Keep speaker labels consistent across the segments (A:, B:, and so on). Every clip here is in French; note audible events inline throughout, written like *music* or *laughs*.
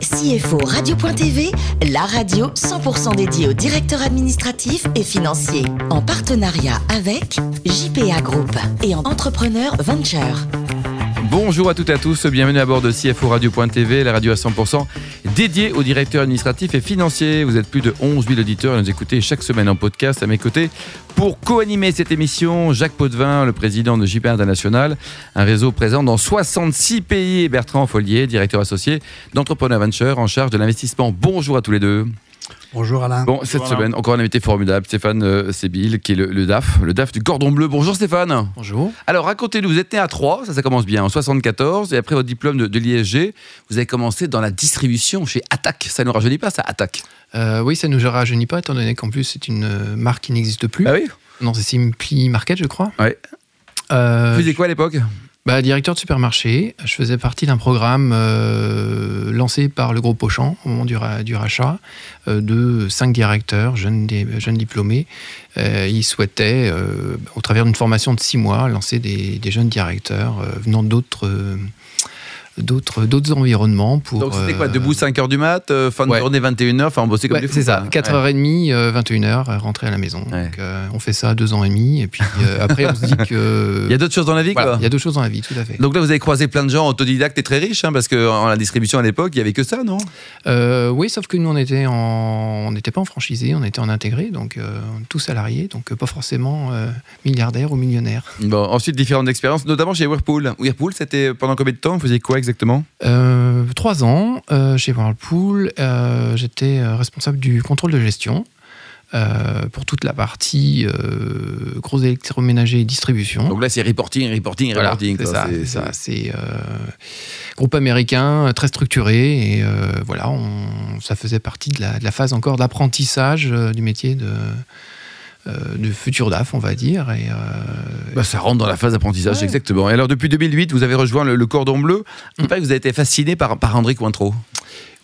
A: CFO Radio.tv, la radio 100% dédiée aux directeurs administratifs et financiers. En partenariat avec JPA Group et en entrepreneur venture.
B: Bonjour à toutes et à tous, bienvenue à bord de CFO Radio.tv, la radio à 100% dédiée aux directeurs administratifs et financiers. Vous êtes plus de 11 000 auditeurs et nous écoutez chaque semaine en podcast à mes côtés. Pour co-animer cette émission, Jacques Potvin, le président de JP International, un réseau présent dans 66 pays, et Bertrand Follier, directeur associé d'Entrepreneur Venture en charge de l'investissement. Bonjour à tous les deux.
C: Bonjour Alain.
B: Bon, cette
D: Voilà.
B: semaine, encore un invité formidable, Stéphane euh, Sébil, qui est le, le DAF, le DAF du Cordon Bleu. Bonjour Stéphane.
C: Bonjour.
B: Alors racontez-nous, vous êtes né à Troyes, ça, ça commence bien, en 74, et après votre diplôme de, de l'ISG, vous avez commencé dans la distribution chez Attac. Ça ne nous rajeunit pas, ça, Attac
E: Euh, oui, ça ne nous rajeunit pas, étant donné qu'en plus, c'est une euh, marque qui n'existe plus.
B: Bah oui.
E: Non, c'est Simply Market, je crois.
B: Ouais.
E: Euh,
B: Vous faisiez quoi à l'époque
E: bah, directeur de supermarché, je faisais partie d'un programme euh, lancé par le groupe Auchan au moment du, ra- du rachat euh, de cinq directeurs, jeunes, dé- jeunes diplômés. Euh, ils souhaitaient, euh, au travers d'une formation de six mois, lancer des, des jeunes directeurs euh, venant d'autres euh, d'autres d'autres environnements pour.
B: Donc c'était quoi
E: euh,
B: Debout 5h du mat, euh, fin de
E: ouais.
B: journée 21h, enfin on bossait comme
E: Ouais,
B: des fous,
E: c'est ça,
B: quoi.
E: 4h30, euh, 21h, euh, rentrer à la maison.
B: Ouais.
E: Donc, euh, on fait ça deux ans et demi, et puis euh, après on se dit que...
B: *laughs* Il y a d'autres choses dans la vie,
E: Voilà,
B: quoi
E: il y a deux choses dans la vie, tout à fait.
B: donc là, vous avez croisé plein de gens autodidactes et très riches, hein, parce que en la distribution à l'époque, il n'y avait que ça, non
E: Euh, oui, sauf que nous, on était en... on n'était pas en franchisé, on était en intégré, donc euh, tout salarié, donc euh, pas forcément euh, milliardaire ou millionnaire.
B: Bon, ensuite, différentes expériences, notamment chez Whirlpool. Whirlpool, c'était pendant combien de temps Vous faisiez quoi exactement
E: Euh, trois ans euh, chez Whirlpool, euh, j'étais euh, responsable du contrôle de gestion. euh, pour toute la partie euh, gros électroménager et distribution.
B: Donc là, c'est reporting, reporting,
E: Voilà,
B: reporting.
E: c'est
B: quoi.
E: ça,
B: C'est-
E: c'est ça. C'est euh, groupe américain euh, très structuré et euh, voilà, on- ça faisait partie de la, de la phase encore d'apprentissage euh, du métier de, euh, de futur DAF, on va dire. Et, euh,
B: Bah, ça rentre dans la phase d'apprentissage,
E: Ouais.
B: exactement. Et alors, depuis 2008, vous avez rejoint le, le cordon bleu. Il paraît que vous avez été fasciné par, par André Cointreau.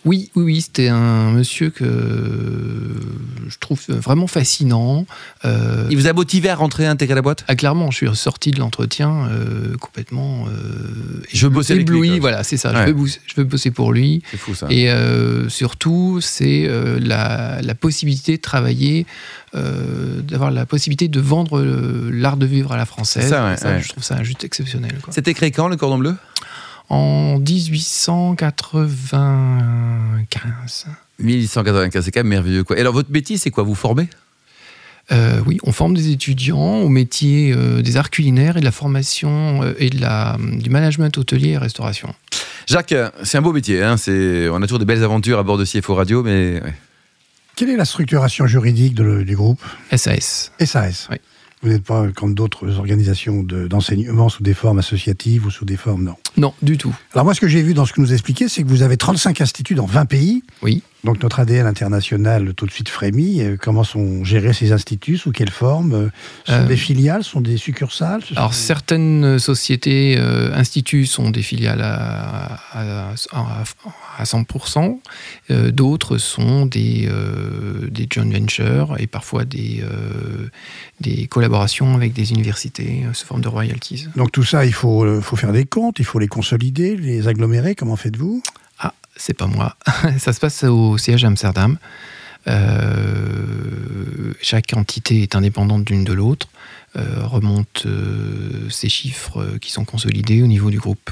E: Oui, oui, oui, c'était un monsieur que je trouve vraiment fascinant. Euh,
B: Il vous a motivé à rentrer et intégrer la boîte
E: ah, clairement, je suis sorti de l'entretien euh, complètement euh,
B: Je veux bosser avec lui,
E: ébloui.
B: quoi.
E: voilà, c'est ça.
B: Ouais.
E: Je, veux bous- je veux bosser pour lui.
B: C'est fou, ça.
E: Et euh, surtout, c'est euh, la, la possibilité de travailler, euh, d'avoir la possibilité de vendre euh, l'art de vivre à la française.
B: C'est ça, ouais, ouais.
E: Je trouve ça juste exceptionnel. quoi.
B: C'était créé quand, le cordon bleu
E: En 1895.
B: 1895, c'est quand même merveilleux. Quoi. Et alors, votre métier, c'est quoi Vous formez
E: euh, oui, on forme des étudiants au métier euh, des arts culinaires et de la formation euh, et de la, du management hôtelier et restauration.
B: Jacques, euh, c'est un beau métier. hein, c'est- On a toujours des belles aventures à bord de CFO Radio, mais ouais.
C: Quelle est la structuration juridique de le- du groupe
E: SAS.
C: SAS
E: Oui.
C: Vous n'êtes pas comme d'autres organisations de- d'enseignement sous des formes associatives ou sous des formes, non.
E: Non, du tout.
C: Alors moi, ce que j'ai vu dans ce que nous expliquez, c'est que vous avez 35 instituts dans 20 pays.
E: Oui.
C: Donc notre ADN international tout de suite frémit. Euh, Comment sont gérés ces instituts Sous quelle forme Euh, Ce sont
E: Euh,
C: des filiales Ce sont des succursales Ce sont
E: Alors
C: des-
E: certaines sociétés, euh, instituts sont des filiales à, à- à- à 100%, euh, d'autres sont des, euh, des joint ventures et parfois des, euh, des collaborations avec des universités euh, sous forme de royalties.
C: Donc tout ça, il faut, euh, faut faire des comptes, il faut les consolider, les agglomérer. Comment faites-vous
E: Ah, c'est pas moi. *laughs* Ça se passe au siège à Amsterdam. Euh, chaque entité est indépendante d'une de l'autre, euh, remonte euh, ces chiffres euh, qui sont consolidés au niveau du groupe.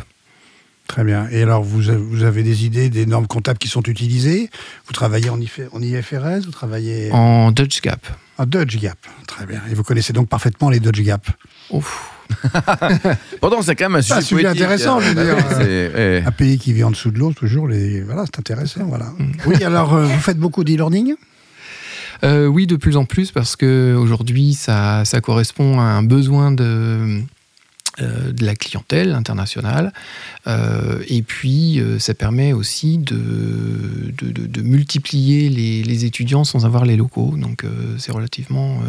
C: Très bien. Et alors, vous, a- vous avez des idées des normes comptables qui sont utilisées Vous travaillez en, IF en IFRS Vous travaillez en...
E: En Dutch Gap.
C: Dodge Gap Très bien. Et vous connaissez donc parfaitement les Dodge Gap.
E: Ouf.
B: Pourtant, c'est quand même un
E: Ah,
B: sujet,
C: un sujet
B: poétique,
C: intéressant, je veux
B: Bah
C: dire,
B: oui, *laughs* c'est- ouais.
C: Un pays qui vit en dessous de l'eau, toujours, les... voilà, c'est intéressant. Voilà. oui, alors, euh, vous faites beaucoup d'e-learning
E: Euh, oui, de plus en plus, parce que aujourd'hui, ça, ça correspond à un besoin de, euh, de la clientèle internationale. Euh, et puis, euh, ça permet aussi de, de, de- de multiplier les, les étudiants sans avoir les locaux. Donc, euh, c'est relativement euh,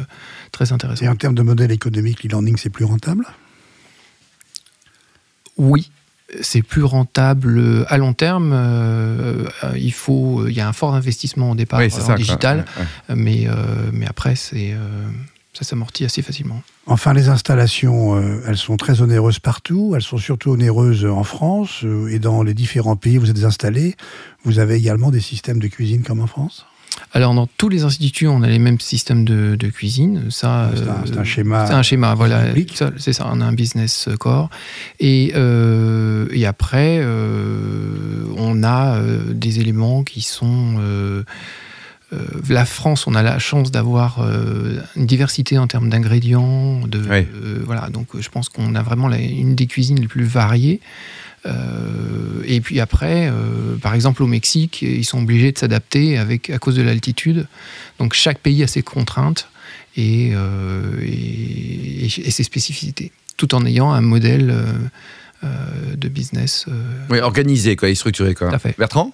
E: très
C: Et
E: intéressant.
C: en termes de modèle économique, l'e-learning, c'est plus rentable
E: Oui. C'est plus rentable à long terme. euh, euh, il faut, il y a un fort investissement au départ
B: Oui,
E: euh,
B: c'est
E: en
B: ça, quoi.
E: digital,
B: Ouais, ouais.
E: mais euh, mais après c'est euh, ça s'amortit assez facilement.
C: Enfin, les installations, euh, elles sont très onéreuses partout. Elles sont surtout onéreuses en France euh, et dans les différents pays où vous êtes installés. Vous avez également des systèmes de cuisine comme en France
E: Alors, dans tous les instituts, on a les mêmes systèmes de, de cuisine. Ça,
C: C'est un- c'est un
E: euh,
C: schéma.
E: C'est un schéma, voilà.
C: public.
E: Ça, C'est ça, on a un business euh, core. Et, euh, et après, euh, on a euh, des éléments qui sont. euh, euh, la France, on a la chance d'avoir euh, une diversité en termes d'ingrédients. De,
B: Oui.
E: euh, voilà, donc euh, je pense qu'on a vraiment la- une des cuisines les plus variées. Euh, et puis après, euh, par exemple au Mexique, ils sont obligés de s'adapter avec à cause de l'altitude. Donc chaque pays a ses contraintes et, euh, et- et- et ses spécificités, tout en ayant un modèle euh, euh, de business. euh,
B: Oui, organisé, quoi, et structuré. Quoi.
E: Tout à fait.
B: Bertrand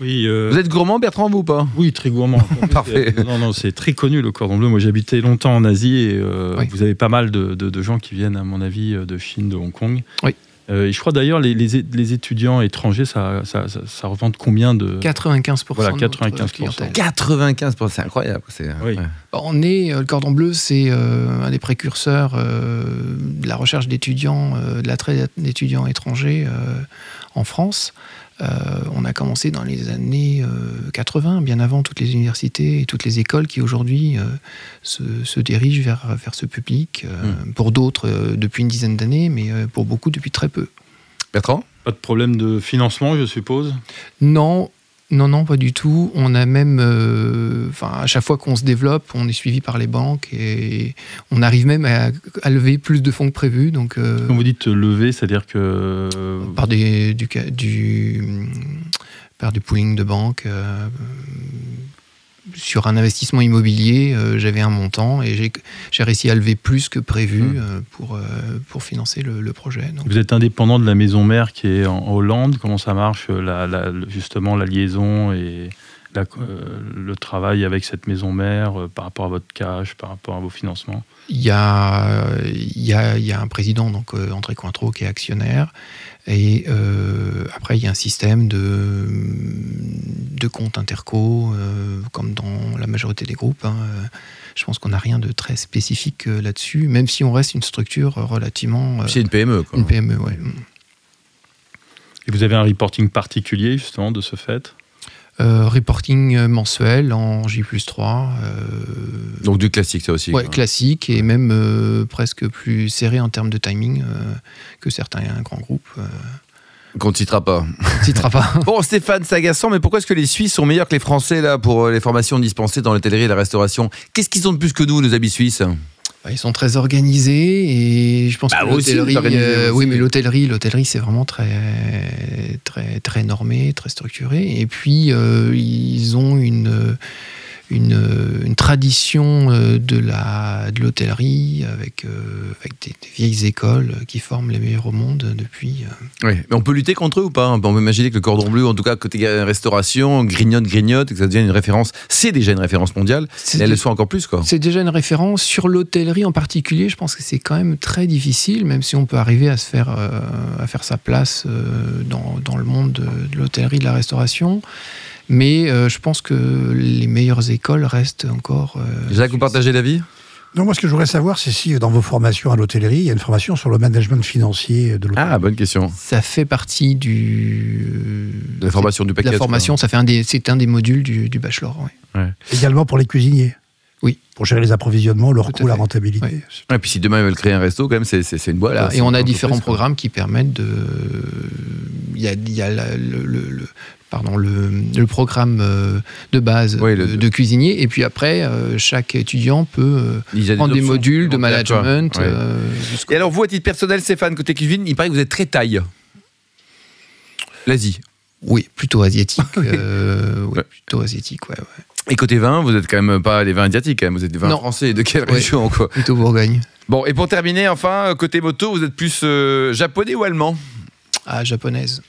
D: Oui, euh,
B: Vous êtes gourmand, Bertrand, vous ou pas
D: oui, très *laughs* gourmand. En plus,
B: Parfait.
D: euh, Non, non, c'est très connu le cordon bleu. Moi, j'habitais longtemps en Asie et euh,
E: Oui.
D: vous avez pas mal de, de- de gens qui viennent, à mon avis, euh, de Chine, de Hong Kong.
E: Oui.
D: Euh, et je crois d'ailleurs les, les, é- les étudiants étrangers, ça, ça, ça, ça représente combien de
E: 95%
D: Voilà,
E: de notre
D: 95%.
E: clientèle.
B: 95%, c'est incroyable. c'est-
D: Oui.
B: ouais.
E: On est, euh, le cordon bleu, c'est euh, un des précurseurs euh, de la recherche d'étudiants, euh, de l'attrait d'étudiants étrangers euh, en France. Euh, on a commencé dans les années euh, 80, bien avant toutes les universités et toutes les écoles qui aujourd'hui euh, se, se dirigent vers, vers ce public. euh, Pour d'autres, euh, depuis une dizaine d'années, mais euh, pour beaucoup, depuis très peu.
B: Bertrand
D: Pas de problème de financement, je suppose.
E: Non, non, non, pas du tout. On a même, euh, enfin, à chaque fois qu'on se développe, on est suivi par les banques et on arrive même à, à lever plus de fonds que prévu. Donc, euh,
D: Quand vous dites lever, c'est-à-dire que euh,
E: par des, du, ca- du, par du pooling de banque. euh, sur un investissement immobilier, euh, j'avais un montant et j'ai- j'ai réussi à lever plus que prévu
B: Mmh.
E: euh, pour, euh, pour financer le, le projet. Donc,
D: vous êtes indépendant de la maison mère qui est en Hollande. Comment ça marche, euh, la- la- le- justement, la liaison et la- euh, le travail avec cette maison mère euh, par rapport à votre cash, par rapport à vos financements
E: Il y a, euh, il y a, il y a un président, donc euh, André Cointreau, qui est actionnaire. Et euh, après, il y a un système de, de comptes interco, euh, comme dans la majorité des groupes. hein. Euh, Je pense qu'on n'a rien de très spécifique euh, là-dessus, même si on reste une structure euh, relativement. euh,
B: C'est une PME. Quoi.
E: une E. PME, ouais.
D: Et vous avez un reporting particulier justement de ce fait
E: Euh, reporting euh, mensuel en J 3.
B: Donc du classique, ça aussi.
E: Ouais,
B: quoi.
E: classique et même euh, presque plus serré en termes de timing euh, que certains grands groupes. Euh,
B: Qu'on ne citera pas.
E: on ne *laughs* citera pas.
B: *laughs* Bon, Stéphane Sagassan, mais pourquoi est-ce que les Suisses sont meilleurs que les Français là pour euh, les formations dispensées dans l'hôtellerie et la restauration Qu'est-ce qu'ils ont de plus que nous, nos amis suisses
E: Bah, Ils sont très organisés et je pense
B: Bah,
E: que
B: vous aussi, vous
E: l'hôtellerie,
B: êtes organisés,
E: euh,
B: vous
E: oui,
B: aussi.
E: mais l'hôtellerie, l'hôtellerie, c'est vraiment très, très, très normé, très structuré. Et puis euh, ils ont une une, une tradition euh, de la de l'hôtellerie avec euh, avec des, des vieilles écoles qui forment les meilleurs au monde depuis. euh.
B: Oui. Mais on peut lutter contre eux ou pas On peut imaginer que le cordon bleu, en tout cas côté euh, restauration, grignote, grignote, et que ça devienne une référence. C'est déjà une référence mondiale,
E: C'est
B: mais elle
E: des-
B: le soit encore plus, quoi.
E: C'est déjà une référence sur l'hôtellerie en particulier. Je pense que c'est quand même très difficile, même si on peut arriver à se faire euh, à faire sa place euh, dans, dans le monde de, de l'hôtellerie, de la restauration. Mais euh, je pense que les meilleures écoles restent encore. euh,
B: Jacques, vous partagez l'avis
C: Non, moi, ce que je voudrais savoir, c'est si euh, dans vos formations à l'hôtellerie, il y a une formation sur le management financier de l'hôtellerie.
B: Ah, bonne question.
E: ça fait partie du
B: La formation du
E: de
B: paquet.
E: la formation. Ça fait un des c'est un des modules du, du bachelor. ouais.
C: Également pour les cuisiniers.
E: Ah. Oui.
C: Pour gérer les approvisionnements, leur
E: Tout à
C: coût, la
E: fait.
C: rentabilité.
E: Oui.
B: Et puis si demain ils veulent créer un resto, quand même, c'est c'est- c'est une boîte.
E: Voilà,
B: là, Bah,
E: Et
B: c'est
E: on
B: une
E: a
B: entreprise,
E: différents
B: quoi.
E: programmes qui permettent de. Il y a, il y a la- le, le- le- pardon, le, le programme euh, de base euh,
B: Oui, le-
E: de, de cuisinier. Et puis après, euh, chaque étudiant peut euh,
B: Il y a
E: prendre des
B: options
E: modules de
B: supplémentaires, quoi.
E: management.
B: Ouais.
E: euh, jusqu'au-
B: Et alors, vous, à titre personnel, Stéphane, côté cuisine, il paraît que vous êtes très taille. L'Asie.
E: Oui, plutôt asiatique.
B: *laughs*
E: euh, oui,
B: Ouais.
E: plutôt asiatique, ouais, ouais.
B: Et côté vin, vous êtes quand même pas les vins asiatiques, quand même. vous êtes des vins
E: Non.
B: français. De quelle
E: Ouais.
B: région, quoi
E: Plutôt Bourgogne.
B: Bon, et pour terminer, enfin, euh, côté moto, vous êtes plus euh, japonais ou allemand
E: Ah, japonaise.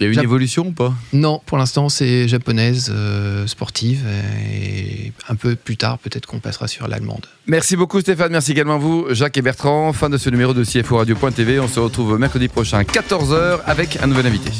B: Il y a eu une
E: Jap-
B: évolution ou pas
E: Non, pour l'instant, c'est japonaise, euh, sportive. Et un peu plus tard, peut-être qu'on passera sur l'allemande.
B: Merci beaucoup Stéphane, merci également à vous, Jacques et Bertrand. Fin de ce numéro de CFO Radio.tv. On se retrouve mercredi prochain, 14h, avec un nouvel invité.